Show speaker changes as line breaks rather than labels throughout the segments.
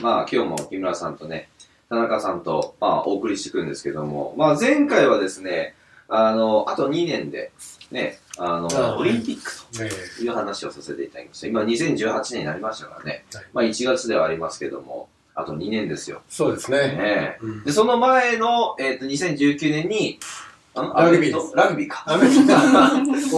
まあ、今日も木村さんとね、田中さんと、まあ、お送りしていくんですけども、まあ、前回はですね、あの、あと2年で、ね、あの、
あ
オリンピック
え
という話をさせていただきました。今、2018年になりましたからね
はい、
まあ、1月ではありますけども、あと2年ですよ。
そうですね。
ね
うん
で、その前の、えっ、と、2019年に、あの
ラグビーです
ラグビーか。
あの人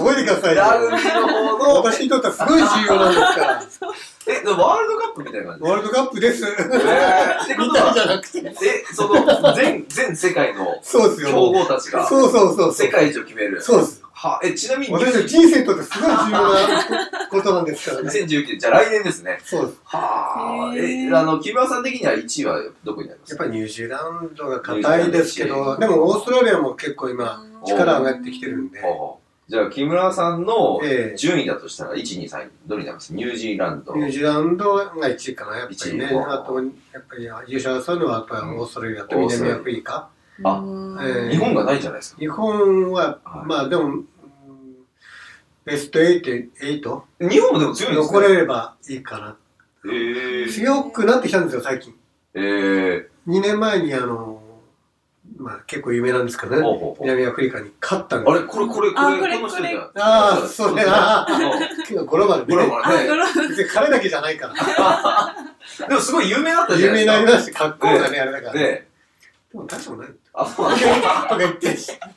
覚えてくださいよ。
ラグビーの方の、
私にとってはすごい重要なんですから。
え、でもワールドカップみたいな感じ
ワールドカップです。
えーってこと
み
は
たいじゃなくて。
え、その、全、全世界の
そうですよ。
強豪たちが、
そうそうそう。
世界一を決める。
そうです。
は、え、ちなみに、
私の
2019
人生にとってすごい重要なことなんですからね。
年、じゃあ来年ですね。
そうです。
はあ、
へー
え、あの、木村さん的には1位はどこになりま
や
す
っ
か
ぱりニュージーランドが硬いですけど、でもオーストラリアも結構今、力上がってきてるんで。
ほうほうじゃあ、木村さんの
ええ
順位だとしたら、1、2、3、どれになりますニュージーランド。
ニュージーランドが1位かな、やっぱりね。
一位か
あと、やっぱり優勝争うのはやっぱりオーストラリアと南アフリカ。
あ
え
日本がないじゃないですか。
日本は、
はい
まあでも、うんベスト8、8
日本もでも強いんです
残
ね。
れればいいかな。
えー、
強くなってきたんですよ、最近。
えー、
2年前に、あの、まあ結構有名なんですけど
ほ
ね、
うほうほう
南アフリカに勝ったんで
あ
す
れ、これ、これ、こ
あこ
れ、
れ
この人
これ
じゃん。
ああ、それな。
あの
今日ゴロバル
ほら
ね。
ほらね。
別に彼だけじゃな いから。
でもすごい有名だったじゃ
有
な
名
い
に
で
な
す
り
か。
まして、かっこいいだね、あれだから。で
で、
も大したこ とない。
あ、そうなんだ
とか言って、頑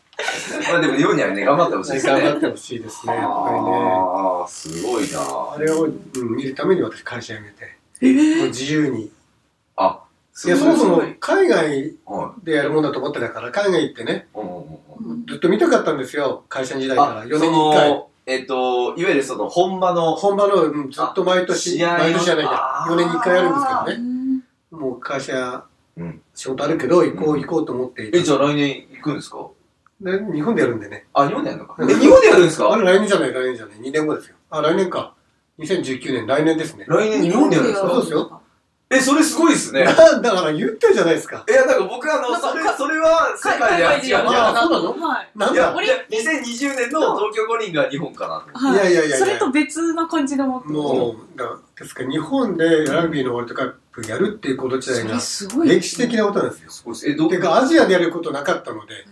まあでも日本にはね、頑張ってほしいですね。
張ってほしいですね、やっぱりね。
ああ、すごいな
あれをうん見るために私会社辞めて、もう自由に。
あ、
いや、そもそも海外
は
でやるもんだと思ってたから、海外行ってね、
い。うんうんうん
ずっと見たかったんですよ、会社時代から。
あ、そ
4年に1回。
の、えっと、いわゆるその、本場の、
本場の、うんずっと毎年、
試合の
毎年じゃないか
あ、ー
4年に1回やるんですけどね。もう会社
うん、
仕事あるけど、行こ
う
うん行こうと思っていて
え、じゃあ来年行くんですか
で日本でやるんでね。
あ、日本でやるのか。
うん
え、日本でやるんです
あ
か
れ来年じゃない、来年じゃない、2年後ですよ。あ、来年か。2019年、来年ですね。
来年日本でやるんです
日本でや
か
る
え、それすごいですね。
なん だから言ってるじゃないですか。
いや、だから僕あの、それ、それは、世界でやる。違う違う
あそうなの
はい。
なん
いや
だ、
いや2020年の東京五輪が日本かなと。
はい
やいやいやいや
それと別の感じが持って
もう、だからですから日本でラグビーのワールドカップやるっていうこと自体が
すご
歴史的なことなんですよ。
すごいです。え、ど、
てか、アジアでやることなかったので、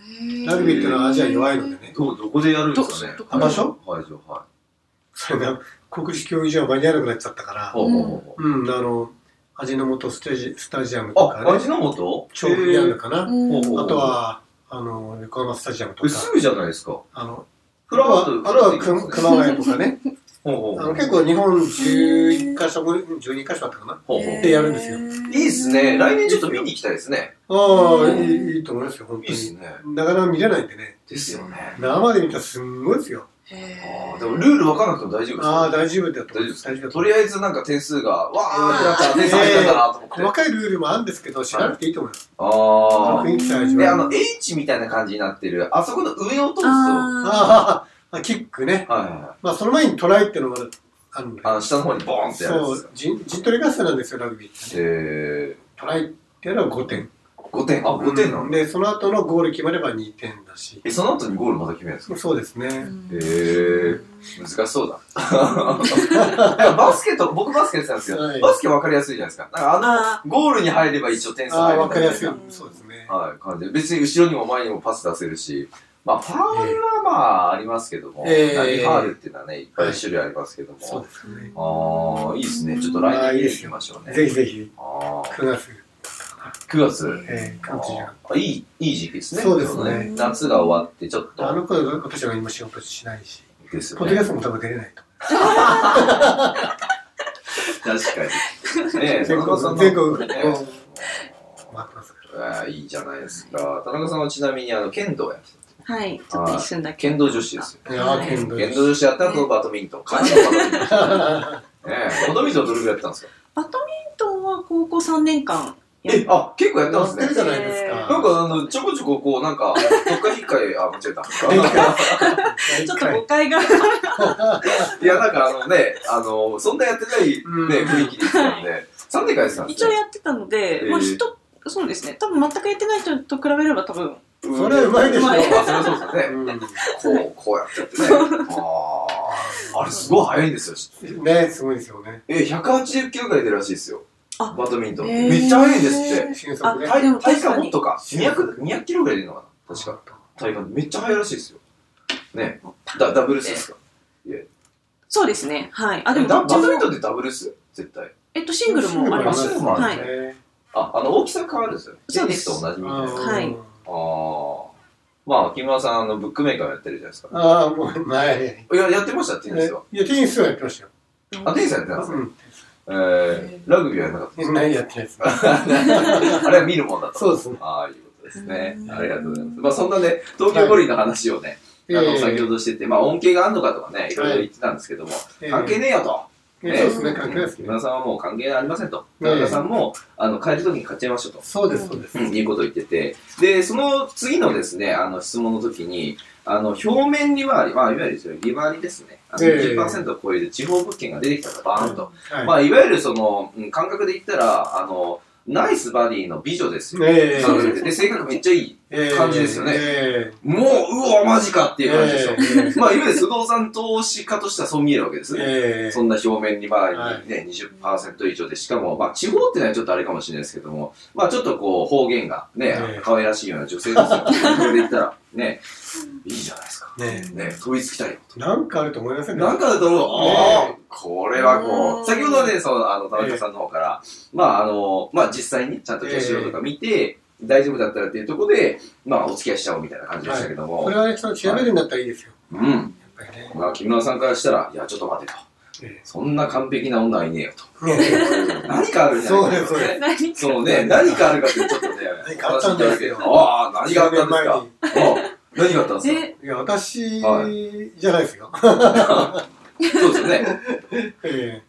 ラグビーっていうのはアジア弱いのでね。
ど、どこでやるんですかね
どど。こ
で場所
はい、じゃあはい。
それが国立競技場は間に合わなくなっちゃったから、
ほうほうほうほう。
うん、あの、味の素ステージスタジアムとか
あ、
ね
味、の素
調布にあるの
か。
かな。
ほうほう
あとは、あの、横浜スタジアムと
え
か、
すぐじゃないですか。
あの、
フラワー
あとは熊熊谷と かね、
ほう
あ
ほうほ
の
う
結構日本11カ所ぐらい、12カ所だったかな。
ほうほう
でやるんですよ
いいですね。来年ちょっと見に行きたいですね。
ああ、
へ
い
ー
いいいと思いますよ、本
いい
当
っす
に。
ね。
なかなか見れないんでね。
ですよね。
生で見たらすんごいですよ。
あーでもルール分からなくても大丈夫です。
ああ、大丈夫だと
大丈夫
思いま。
ですす
大丈夫だと
と
思い
り
ます
あえずなんか点数が、わーってなったら点数入ったんだなと思って。
細かいルールもあるんですけど、知らなくていいと思います。
あ
雰囲気さえ
ー。
味わ
で、
え
あ
ば
の、H みたいな感じになってる、あそこの上を通すと、は
あ
あーあ、キックね
い。はいはい。
まあ、その前にトライっていうのがあるんで。
あの、下の方にボーンってやるん
そ
です
う、陣陣取り合戦なんですよ、ラグビーってね。
よ。え
トライっていうのは5点。
ー、5点。あ、5点な
うんん
だ。
で、その後のゴール決まれば2点だし。
え、その後にゴールまた決めるんですか
そうですね。
へー難しそうだ。なんかバスケと、僕バスケやってたんですけど、
はい
バスケ分かりやすいじゃないですか。なんかあの、ゴールに入れば一応点数
あ
入
あ、
る
わ
み
か
たい
り
な
やすい。そうですね。
はい、感じで。別に後ろにも前にもパス出せるし、まあ、ファールはまあ、ありますけども、
ええ
何ファールっていうのはね、いっぱい種類ありますけど
そう
も。
ですね。
ああ、いいですね。ちょっと来年見ていきましょうね。
ぜひぜひ、
ああ、
9月、
9月。
えー、9月中。
あいい、いい時期ですね。
そうです
ちょ
ね
うど夏が終わって、ちょっ
あ
と。
の子は私は今仕事しないし、
ですよ
ポッドキャ
ね。
ストも多分出れないと
確か に。ねえ、
全
田中さんの
国、全国、こう、
ね
回ってますから。
ああいいじゃないですか。田中さんはちなみにあの剣道やって
はい、ちょっと一瞬だ
た。
け。
剣道女子ですよ。
いやー
はい
剣道
剣道女子やった後、バドミントン。漢字のバドミ ントン。ねえ、バドミントンどれくらいやってたんですか
バドミントンは高校3年間やっ
え、あ、結構やったん
や
で
ってる
す
じ
ね。
ゃないですか。
なんか、あの、ちょこちょこ、こう、なんか、どっかひっかい、あ、間違えた。
ちょっと誤解 が。
いや、なんか、あのね、あの、そんなやってない、ね、
うん
雰囲気でしたんで、3年間やってたんです
一応やってたので、まあ
ええ
人、そうですね。多分全くやってない人と比べれば多分、
応
それはうまいでしょ
あ、それはそうですよね。
う
こう、こうやってやってね。ああ、あれすごい速いんですよ。
んね、すごいですよね。
え、180キロぐらい出るらしいですよ。
あ
バドミントン。
へー
めっちゃ速いんですって。
新作ね。
でも
体体
確かに
感もっとか。200、200キロぐらい出るのかな確か。体感めっちゃ速いらしいですよ。ね。だダブルスですか。
そうですね。はい。あ、
あ
でもど
バ
っち
ドミントン
も、
ってダブルス絶対。
えっと、シングルもありま
シン
す。
グルもあ
るん
ね。
あ、あの、大きさ変わるんですよね。
そうです
テニスと同じみたいな。あ
はい
あ。まあ、木村さん、あの、ブックメーカーやってるじゃないですか。
ああ、もう前。
いや、やってました、テニスは。
いや、テニスはやってましたよ。
あ、テニスやってたんですね。
う
えー、ラグビーはやらなかったです
ん。何やってないです。
あれは見るもんだと。
そうですね。
ああ、いうことですね
う。ん
ありがとうございます。まあ、そんなね、東京五輪の話をね、あの、先ほどしてて、まあ、恩恵があるのかとかね、いろいろ言ってたんですけども、関係ねえよと。
そうですね、関係ないです
木
ね。
村さんはもう関係ありませんと。
ええ
田中さんも、あの、帰るときに買っちゃいましょうと。
そうです、そうです。
うんいうことを言ってて、で、その次のですね、あの質問の時に、あの、表面利回り、まあ、いわゆるそれ利回りですね。あの
ええ
10%を超える地方物件が出てきたと、バーンと。ま
は
あ、いわゆるその、うん感覚で言ったら、あの、ナイスバディの美女ですよ。
え
そうですで、性格めっちゃいい。
えね。
もう、うわ、マジかっていう感じでしょ。
え
まあ、いわゆる不動産投資家としてはそう見えるわけですね。
え
そんな表面利回りにね、20%以上で、しかも、まあ、地方ってのはちょっとあれかもしれないですけども、まあ、ちょっとこう、方言がね
ええ、
可愛らしいような女性ですよ。それで言ったら、ね、いいじゃないですか。
ね
ね、統一来たよ。
なんかあると思い ません
なんかだと思う、ああ、これはこ
うん
う、先ほどね、その、あの、田中さんの方から、まあ、あの、まあ、実際にちゃんと手をとか見て、大丈夫だったらっていうところで、まあ、お付き合いしちゃおうみたいな感じでしたけども、
これはね、ちょっと調べるんだったらいいですよ。
うん。
やっぱりね。
まあ、木村さんからしたら、いや、ちょっと待てと。
え
そんな完璧な女はいねえよと。何かあるじゃないですか。
そうですそう
ね。
何
そうね、何かあるかってちょっとね、
何かあったんですよ
ああ、何があったんですか。あ何があったんです
で、
いや、私
は
じゃないですよ。
か。そうですよ ね。
ええ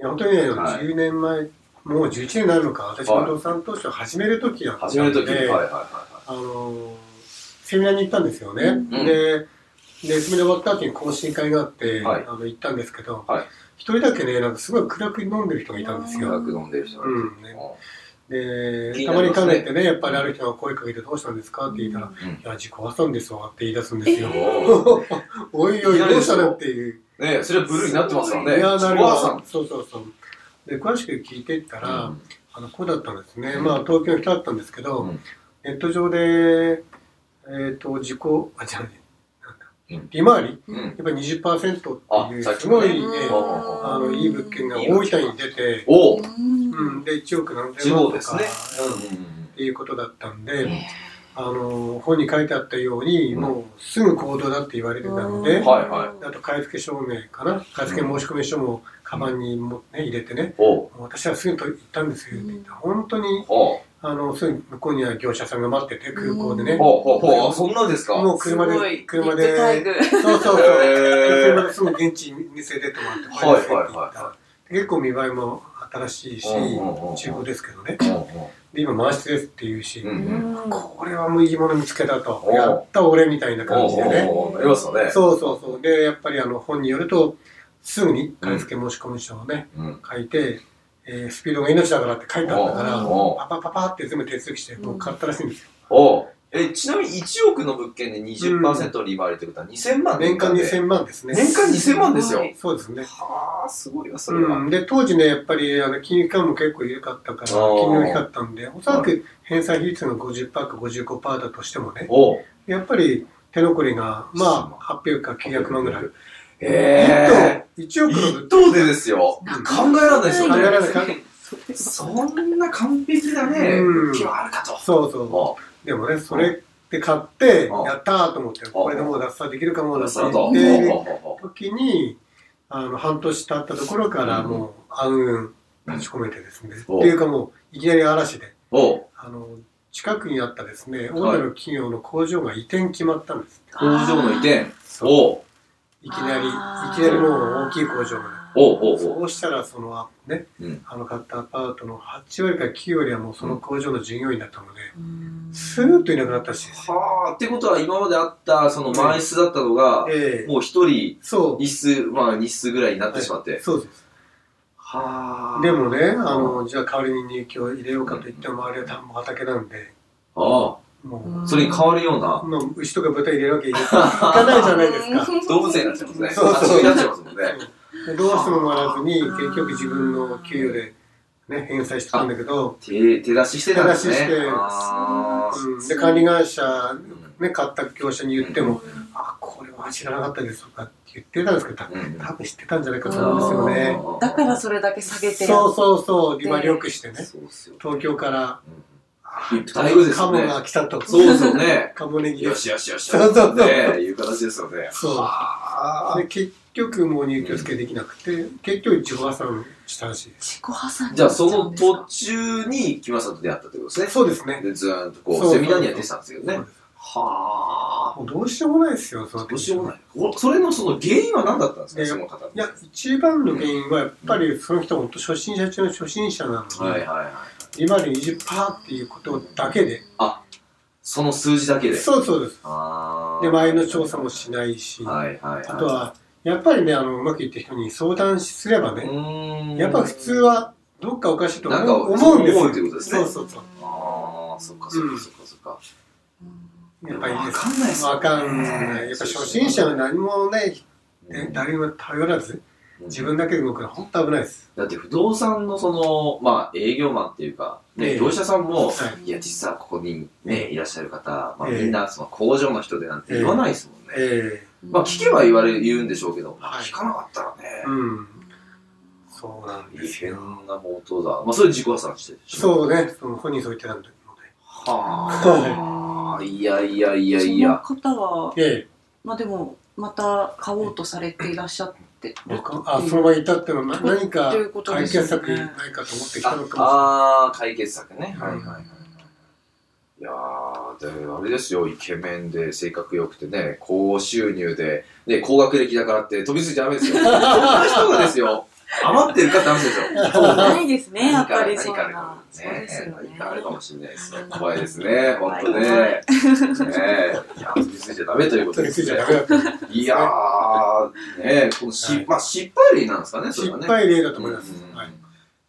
いや、本当にね、
はい
10年前、もう11年になるのか、私、不動産投資を始めるときだった
始めると
の
きに。はい
で、
はいは
あの、セミナーに行ったんですよね。
んうん
で、で、セミナー終わった後に懇親会があって、
はい
あの行ったんですけど
はい、
一、人だけね、なんかすごい暗く飲んでる人がいたんです
いはい。
よ。
薬飲んでる人がいる。
うん、ね
気
で、
に
た
な
ま
り
に
ますね
かねてね、やっぱりある人が声かけてどうしたんですかって言ったら、
うん
いや、自己破産ですわって言い出すんですよ。
お
おいおい、どうしたのっていう。
ーねそれはブルーになってますから
い
ね。
や、なる
お母さ
ほ
ん
ど。。そうそうそう。で、詳しく聞いていったら、
うん
あの、こうだったんですね。
うん
まあ、東京の人だったんですけど、
うん
ネット上で、えっ、と、自己、あ、じゃあね、
う
なんんだ、利回り
うん。
やっぱり20%
あ
ってい、う、
さっき
すごいね、
のね
あの、いい物件が
い
大
い物
分
件
に出て、
おー
うん、で、1億何
地
千
方
万
で
と
す
か、
ね。
うんっていうことだったんで、あの、本に書いてあったように、
うん
もうすぐ行動だって言われてたので、
んはいは
あと買い付け証明かな買い付け申し込み書もカバンにも、ね、入れてね
おお
もう私はすぐと行ったんですよって言ったら本当に
お
あのすぐ向こうには業者さんが待ってて空港でね
おおおおそんなんですか
もう車
すご
で
い
車
ビッグタイ
で
グ
そうそうそう
へー
車ですぐ現地に店出てもらって
はいはいはい
これですって言ったら結構見栄えも新しいし
うんうんうんうん
中古ですけどね
うんうん
で今満室ですって言うし、
うん
これはもういいもの見つけたと
おう
やった俺みたいな感じでね
おーなりますよね。
そうそうそう。で、やっぱりあの本によると、すぐに買い付け申し込み書をね、
うん。
書いて、えースピードが命だからって書いてあったから、
おう
パパパパって全部手続きして、もう買ったらしいんですよ。
おうえ、ちなみに1億の物件で20%利回りってことは2000万
年間
で。
2000万ですね。
年間2000万ですよ。
はい
そうですね。
はあ、すごいわ、それ
う
は。
ん、で、当時ね、やっぱりあの金融機関も結構緩かったから、金
おう
利が大きかったんで、おそらく返済比率が50%か55%だとしてもね、
おう
やっぱり手残りが、まあ、800か900万ぐらい。
ええ。
一等、1億の物
一等でですよ。考えられないですよ
考えられな
ね。
いか。
そんな完璧なね
うん、
気はあるかと。
そうそう。
おう
でもね、それで買って、
うん
やったーと思って、これでもう脱サできるかも、脱
そ
サ
うそう
で
お
き
う
る
おうおう
時に、あの、半年経ったところから、
うん
もう、暗雲立ち込めてですね、
うん
っていうかもう、いきなり嵐で、
おう
あの、近くにあったですね、大手の企業の工場が移転決まったんです。
工場の移転。
そう
おう
いきなり、い
あー
きなりもう大きい工場がね。
おうおうおう
そうしたらそのね、
うん
あの買ったアパートの8割か9割はもうその工場の従業員だったので、
うん
スーッといなくなったしいですよ
はあ、ってことは今まであった、その満室だったのが、
ええ
もう一人、
そう
一室、まあ二室ぐらいになってしまって。
そうです
はあ。
でもねあのじゃあ代わりに入居を入れようかと言っても周りは田んぼ畑なんで
あ
も
あ、それに変わるよう
う、
な
まあ、牛とか豚入れるわけにいか ないじゃないですか
動物園になっちゃいますね。
そうそ
家畜
う
になっちゃいますもんね。
でどうしてももらわずに結局自分の給与で、ね、返済してたんだけど、
手、手出ししてたんですね。
手出しして
ああ
うん、で管理会社、
うん
ね、買った業者に言っても「あこれは知らなかったです」とかって言ってたんですけど多分
うん
多分知ってたんじゃないかと思うんですよね。
ああ
だからそれだけ下げて
そうそうそう今良くしてね
そうっすよね。
東京から
うんだいぶです
カ
よ
モ
ね。
が来たと
そうですよね。
カモネギ
よ
が
しよしよし。
そうそうそう
ねいう形ですよね。
そう
はあ
で結局もう入居付けできなくて結局自己破産したらしいです
自己破産
じゃあその途中に木村さんと出会ったってことですね。
そうですね
で、ずーっとこ、
そうう
セミナーには出てたんですけどね
そう。です
は
もうどうしようもないですよそ
あ。
の
どうしようもない。おそれのその原因は何だったんですか、
いや
その方の。
いや、一番の原因はやっぱりその人は本当初心者中の初心者な
はい
の
はい
で、
はい。
今の20%っていうことだけで、
その数字だけで。
そうそうです。
あー
で、前の調査もしないし、あ
はいはいい。
と、は、やっぱりね、あの、うまくいった人に相談すれば
う
ね、
ーん。
やっぱ普通。はどっかおかしいと
なんか
思う思うんですよ。
思うってことですね
そうそうそう。
ああ、そっかそっかそっかそっか。
やっぱりいい
わ
です。
かんないっすよね
わかんない。やっぱ初心者は何もね、
うん
誰にも頼らず、自分だけで動くのは本当危ないです。
だって不動産のその、まあ営業マンっていうか、ね、
ええ
業者さんも、
はい
や実はここにね、いらっしゃる方、まあ
ええ
みんなその工場の人でなんて言わないですもんね。
え
まあ聞けば言われ、言うんでしょうけど、
はい
聞かなかったらね
え、うん。そうなんで
異
す
変
よ。
なもとだ。まあそれ自己破産してるでしょ
そうね、その本人そう言ってたんだけ
はあ、いやいやいやいや。
その方は
どね。え
まあでもまた買おうとされていらっしゃって
え、あ、その場にいたっていうのはな何か
ということ
解
ですよ
決
ね
策ないかと思ってきたのか
ああー、解決策ね。
はいは
はい。
い
いやー、であれですよ、イケメンで性格良くてね、高収入で、ね、高学歴だからって飛びついちゃダメ ですよ。そんな人がですよ、余ってるかって話ですよ。
ないですねやっぱり
何
そ
か
う
あるか
な
も
そうですよね
何かあるかもしれないですね。怖いですね、本当ね。ね
怖い
いや、飛びついちゃダメということ
取
で
り付
す
いち
ね
ゃ。ダメだった。
いやー、ねこのし、
はい
まあ失敗例なんですかね、それ
失
はね。
敗例だと思います
う。ん
はい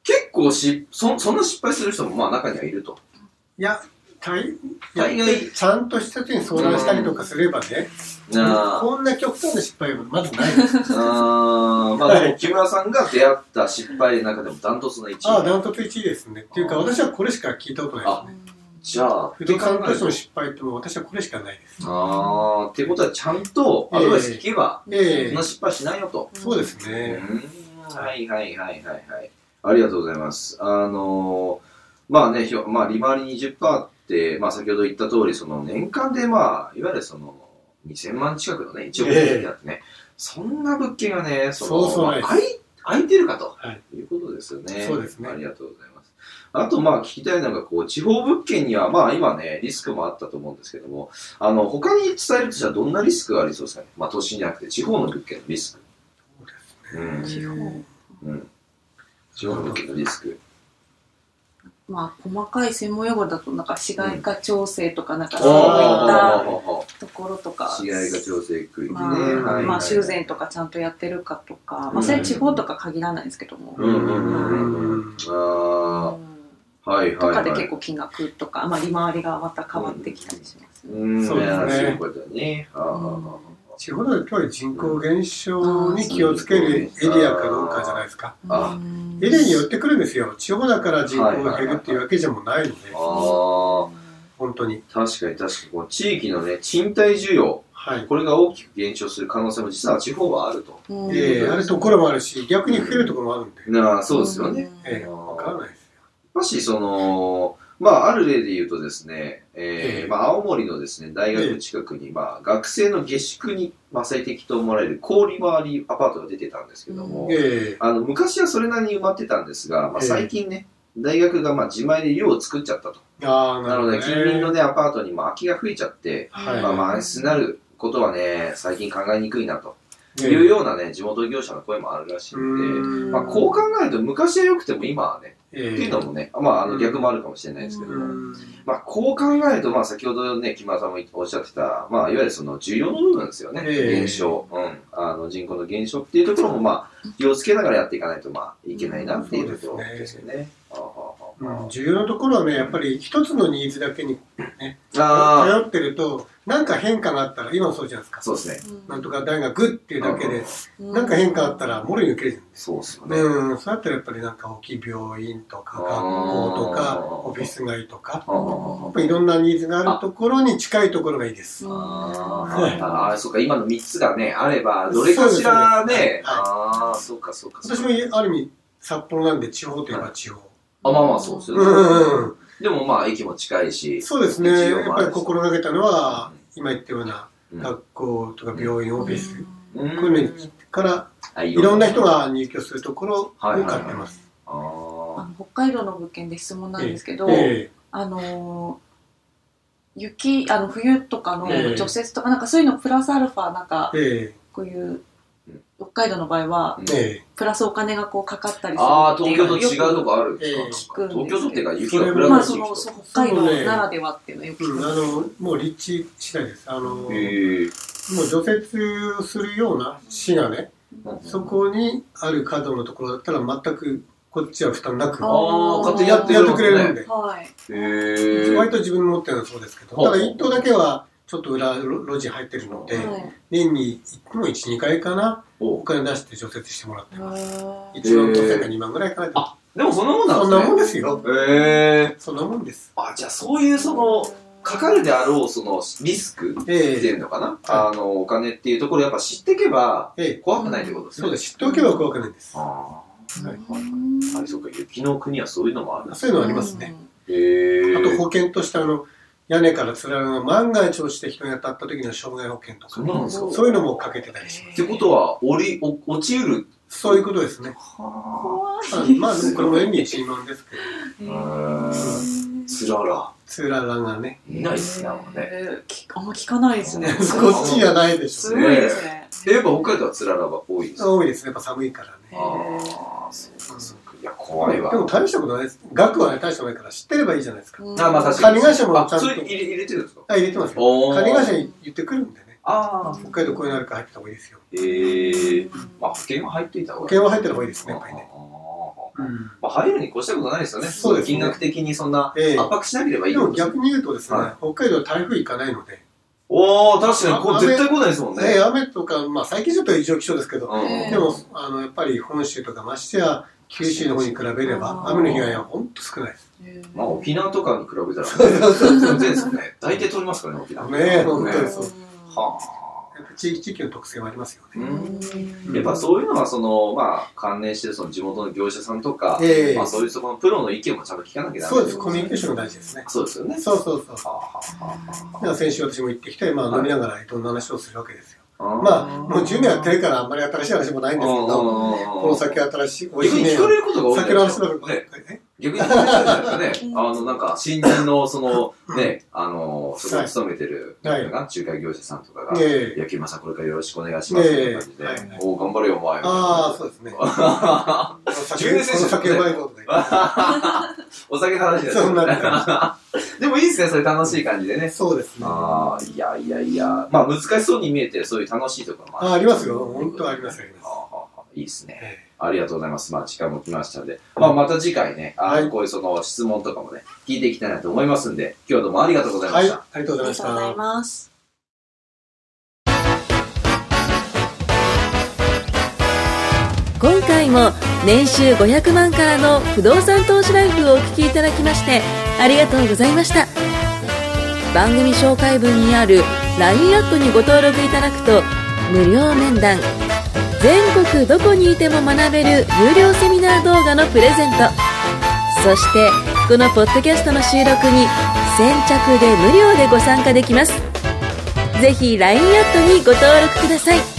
結構しそ、そんな失敗する人もまあ中にはいると。
いや、大
大概
ちゃんとした人に相談したりとかすればね、
あ
こんな極端な失敗はまずないです。
ーあー、まあでも木村さんが出会った失敗の中でもダントツの1位。
ああ、ダントツ1位ですね。っていうか、私はこれしか聞いたことないです。
あじゃあ、
不動産投資の失敗ってもう私はこれしかないです。
あー、ってことはちゃんとアドバイス聞けば、そ
え
ん
え
な、失敗しないよと。
そうです
う
ね。
ーんはいはいはいはいはい。ありがとうございます。あのーまあね、ひょまあ、利回り20%って、まあ先ほど言った通り、その年間でまあ、いわゆるその、2000万近くのね、1億円だってね、そんな物件がね、その、
そうそうないです
まあ空い空いてるかと、、
はい
うことですよね。
そうですね
ありがとうございます。あと、まあ、聞きたいのが、こう、地方物件には、まあ、今ね、リスクもあったと思うんですけども、あの、他に伝えるとしたらどんなリスクがありそうですかね。まあ、都心じゃなくて、地方の物件のリスク。うん
地方
うん。地方の受けのリスク。
まあ細かい専門用語だとなんか市街化調整とかなんか
あ
そういった
あ
ところとか
試合が調整区域ね。
まあ、
はい
まあ修繕とかちゃんとやってるかとか、まあ、それは地方とか限らないですけども、
うんうんうんうん。ああ、はいはい
とか
はい。
で結構金額とか、まあ、利回りがまた変わってきたりします、ね
うん、
そうですね
そういうことだね。あああ
地方だとやっぱり人口減少に気をつけるエリアかどうかじゃないですか。
あ
うん
エリアによってくるんですよ。地方だから人口が減るっていうわけじゃもうないので、
あああ、
本当に。
確かに確かに、この地域のね、賃貸需要、
はい。
これが大きく減少する可能性も実は地方はあると。
うん
ええあるところもあるし、逆に増えるところもあるんで。
なあ、そうですよね。
ええわからないですよ。
もしその、まあ、ある例で言うとですね、えー
ええ
まあ、青森のですね、大学近くに、まあ、学生の下宿に、まあ、最適と思われる氷回りアパートが出てたんですけども、
え
あの、昔はそれなりに埋まってたんですが、まあ、
ええ
最近ね、大学がまあ自前で湯を作っちゃったと。
えああ、な
なの
るほど、
で、
ね。
近隣のね、アパートにも空きが増えちゃって、
はい。
まあ、満室になることはね、最近考えにくいなと。いうようなね、地元業者の声もあるらしいんで、
ん
まあ、こう考えると昔は良くても今はね、
ええ
っていうのもね、まあ、あの逆もあるかもしれないですけど
う
も、
ん
まあ、こう考えると、まあ、先ほどね、木村さんもおっしゃってた、まあ、いわゆるその需要の部分ですよね、
ええ
減少、うん、あの人口の減少っていうところも、まあ、気をつけながらやっていかないと、まあ、いけないなっていうところですよね。あ
う
ああ
ん重要なところはねやっぱり一つのニーズだけに
あああ、
頼ってるとなんか変化があったら今もそうじゃないですか
そうですね。
なんとか大学っていうだけで
うん
なんか変化あったらもろに受けるじゃん
そうっすよね。
うん、そうやったらやっぱりなんか大きい病院とか
あ
学
ー
校とかオフィス街とか
ああ
やっぱいろんなニーズがあるところに近いところがいいです。
あ
う
ーあー、そうか、今の3つがね、あれば、どれかしらね、ああ、そうか、そうか。そう
私
か
もある意味札幌なんで地方といえば地方。
あ、まあまあ、そうです
う
よ
んうんう
ね。
ん、
でもまあ、駅も近いし。
そうですね。
一応
やっぱり心がけたのは今言ったような
うん
学校とか病院、オフィス
う
こういうのにから
あ
いろんな人。が入居するところを買ってます。
あー
あの北海道の物件で質問なんですけど、
え
あのー雪あの冬とかの
ええ
除雪とか、なんかそういうのプラスアルファなんか
ええ
こういう
うん
北海道の場合は
うん
ええ
プラスお金がこうかかったりする
あー、
ってい
東
う
京と違
のをよく
うとこあるんで
聞
す
く
か
んですけど
東京とっていうか、雪が降ら
ま
な
あ
い地
そ
域
の
と
そう
か。
北海道ならではっていうのをよく聞
うん、
く
あのもう立地次第です。あの、
へえ
もう除雪をするような市がね、そこにある角のところだったら全くこっちは負担なく
あ
や
あー、勝手にやって
ってくれるん
で。
で、
はい
へえ
割と自分の持ってるのはそうですけど、
ほう
ただ一棟だけはちょっと裏路路地入ってるので、
はい
年に1も1、2回かな、お
お
金出して除雪してもらってます。1
へ
万5000か2万ぐらいかな
あでもそんなもん
そんな
なん
もん
で
ですよ。
すね。へえ
そんなもんです。
あ、じゃあそういうその、かかるであろうそのリスクっ
え
てい
え
うのかな、あの、お金っていうところやっぱ知っていけば
ええ
怖くないってことですね。
そうです。知っておけば怖くないです。
あ
ー
はい
あ。あれ、そうか、雪の国はそういうのもあるんです
そういうのありますね。
へえ
あと保険としてあの、屋根からつららが万が一落ちて人に当たった時の障害保険と
そ
か
う、なんですか。
そういうのもかけてたりしま
ってことは、降り、お落ちうる。
す。そういうことですね。
は
怖い
うんまあ、これも演技一万ですけど、
へ
あ。
ー
つらら。
つららがね、
いないっすね、あんまね。
へーきあんま聞かないですね。
こっちじゃないでし
す
ょう
ごい
ね。
ですね。
やっぱ北海道はつららが多いです。あ
多いですね、やっぱ寒いからね。
あ、そうか、そうか。いや、怖いわ。
でも大したことないです。額はね、大したことないから知ってればいいじゃないですか。
うん
あ、まあ確か
管
に。
理会社も
あ
ちゃんと
それ入れ入れてるんですか
あ、入れてますよ。
おー
管理会社に言ってくるんでね、
ああ。
北海道こういうのあるから入ってた方がいいですよ。
ええ。まあ保険は入っていた方が
保
いい。
険は入ってた方がいいですね、やっぱりね。
あ
う
あ
ん
まあ入るに越したことないですよね。
そうですね
金額的にそんな
ええ
圧迫しなければいい
で
ってこ
も
とです
逆に言うとですね
は、
北海道は台風行かないので、
おお確かに、こう絶対来ないですもん
ね
ね。
雨とか、まあ最近ちょっと異常気象ですけど、
うん
ええ
でも、あの、やっぱり本州とかましてや、九州の方に比べれば、
あー
雨の被害は本当少ないです。
まあ沖縄とかに比べたら、全然ですね。大体取れますからね、沖縄。
ねえ本当に
ね
そう
は
やっぱ地域地域の特性はありますよ
あ。う
ね。
ん。
うん
やっぱそういうのは、その、まあ、関連してるその地元の業者さんとか、
ええ
まあそういうところのプロの意見もちゃんと聞かなきゃダメ
そうです、コミュニケーションが大事ですね。
そうですよね。
そうそうそう。
はあはあはあ
で
は
は先週私も行ってきて、まあ
はい
飲みながらいろんな話をするわけですよ。
あ
まあ、もう10年やってるからあんまり新しい話もないんですけど、この先
は、
新しい、美
逆
味しい
に
ね
聞か。れることが多いん
酒
じゃ
の
ないで
話
す
だ
か
とか
ね
ね。え
逆に聞かれるんじゃないですかね。
うん
あの、なんか、新人の、その、ね、あの、そこに勤めてる、
はい
なんか仲介業者さんとかが、
ええ。
野球まさんこれからよろしくお願いしますみたいな感じで、
ええはいはい
おお頑張れよお前
ああ、そうですね。こ
あ
の酒、
10年
この
選手だね
酒うまいことね。
お酒の話だ
そうなるか
でもいいですねそれ楽しい感じで
ら。
ね
そうですね。
あ
あ
あいやいやいやまあ難しそうに見えてそういう楽しいところも
あ、
あ
あ
る
りますよ。本当あります、あります。
ああいいですね
え
ありがとうございますまあ時間も来ましたんで、まあ、また次回ねあの、
はい
こういうその質問とかもね聞いていきたいなと思いますんで今日はどうもありがとうござ
え
いま
はい、
した、
ありがとう
あ
ご
り
ざいま
が
した
とうござ。います。
今回も年収500万からの不動産投資ライフをお聞きいただきましてありがとうございました番組紹介文にある LINE アットにご登録いただくと無料面談全国どこにいても学べる有料セミナー動画のプレゼントそしてこのポッドキャストの収録に先着で無料でご参加できますぜひ LINE アットにご登録ください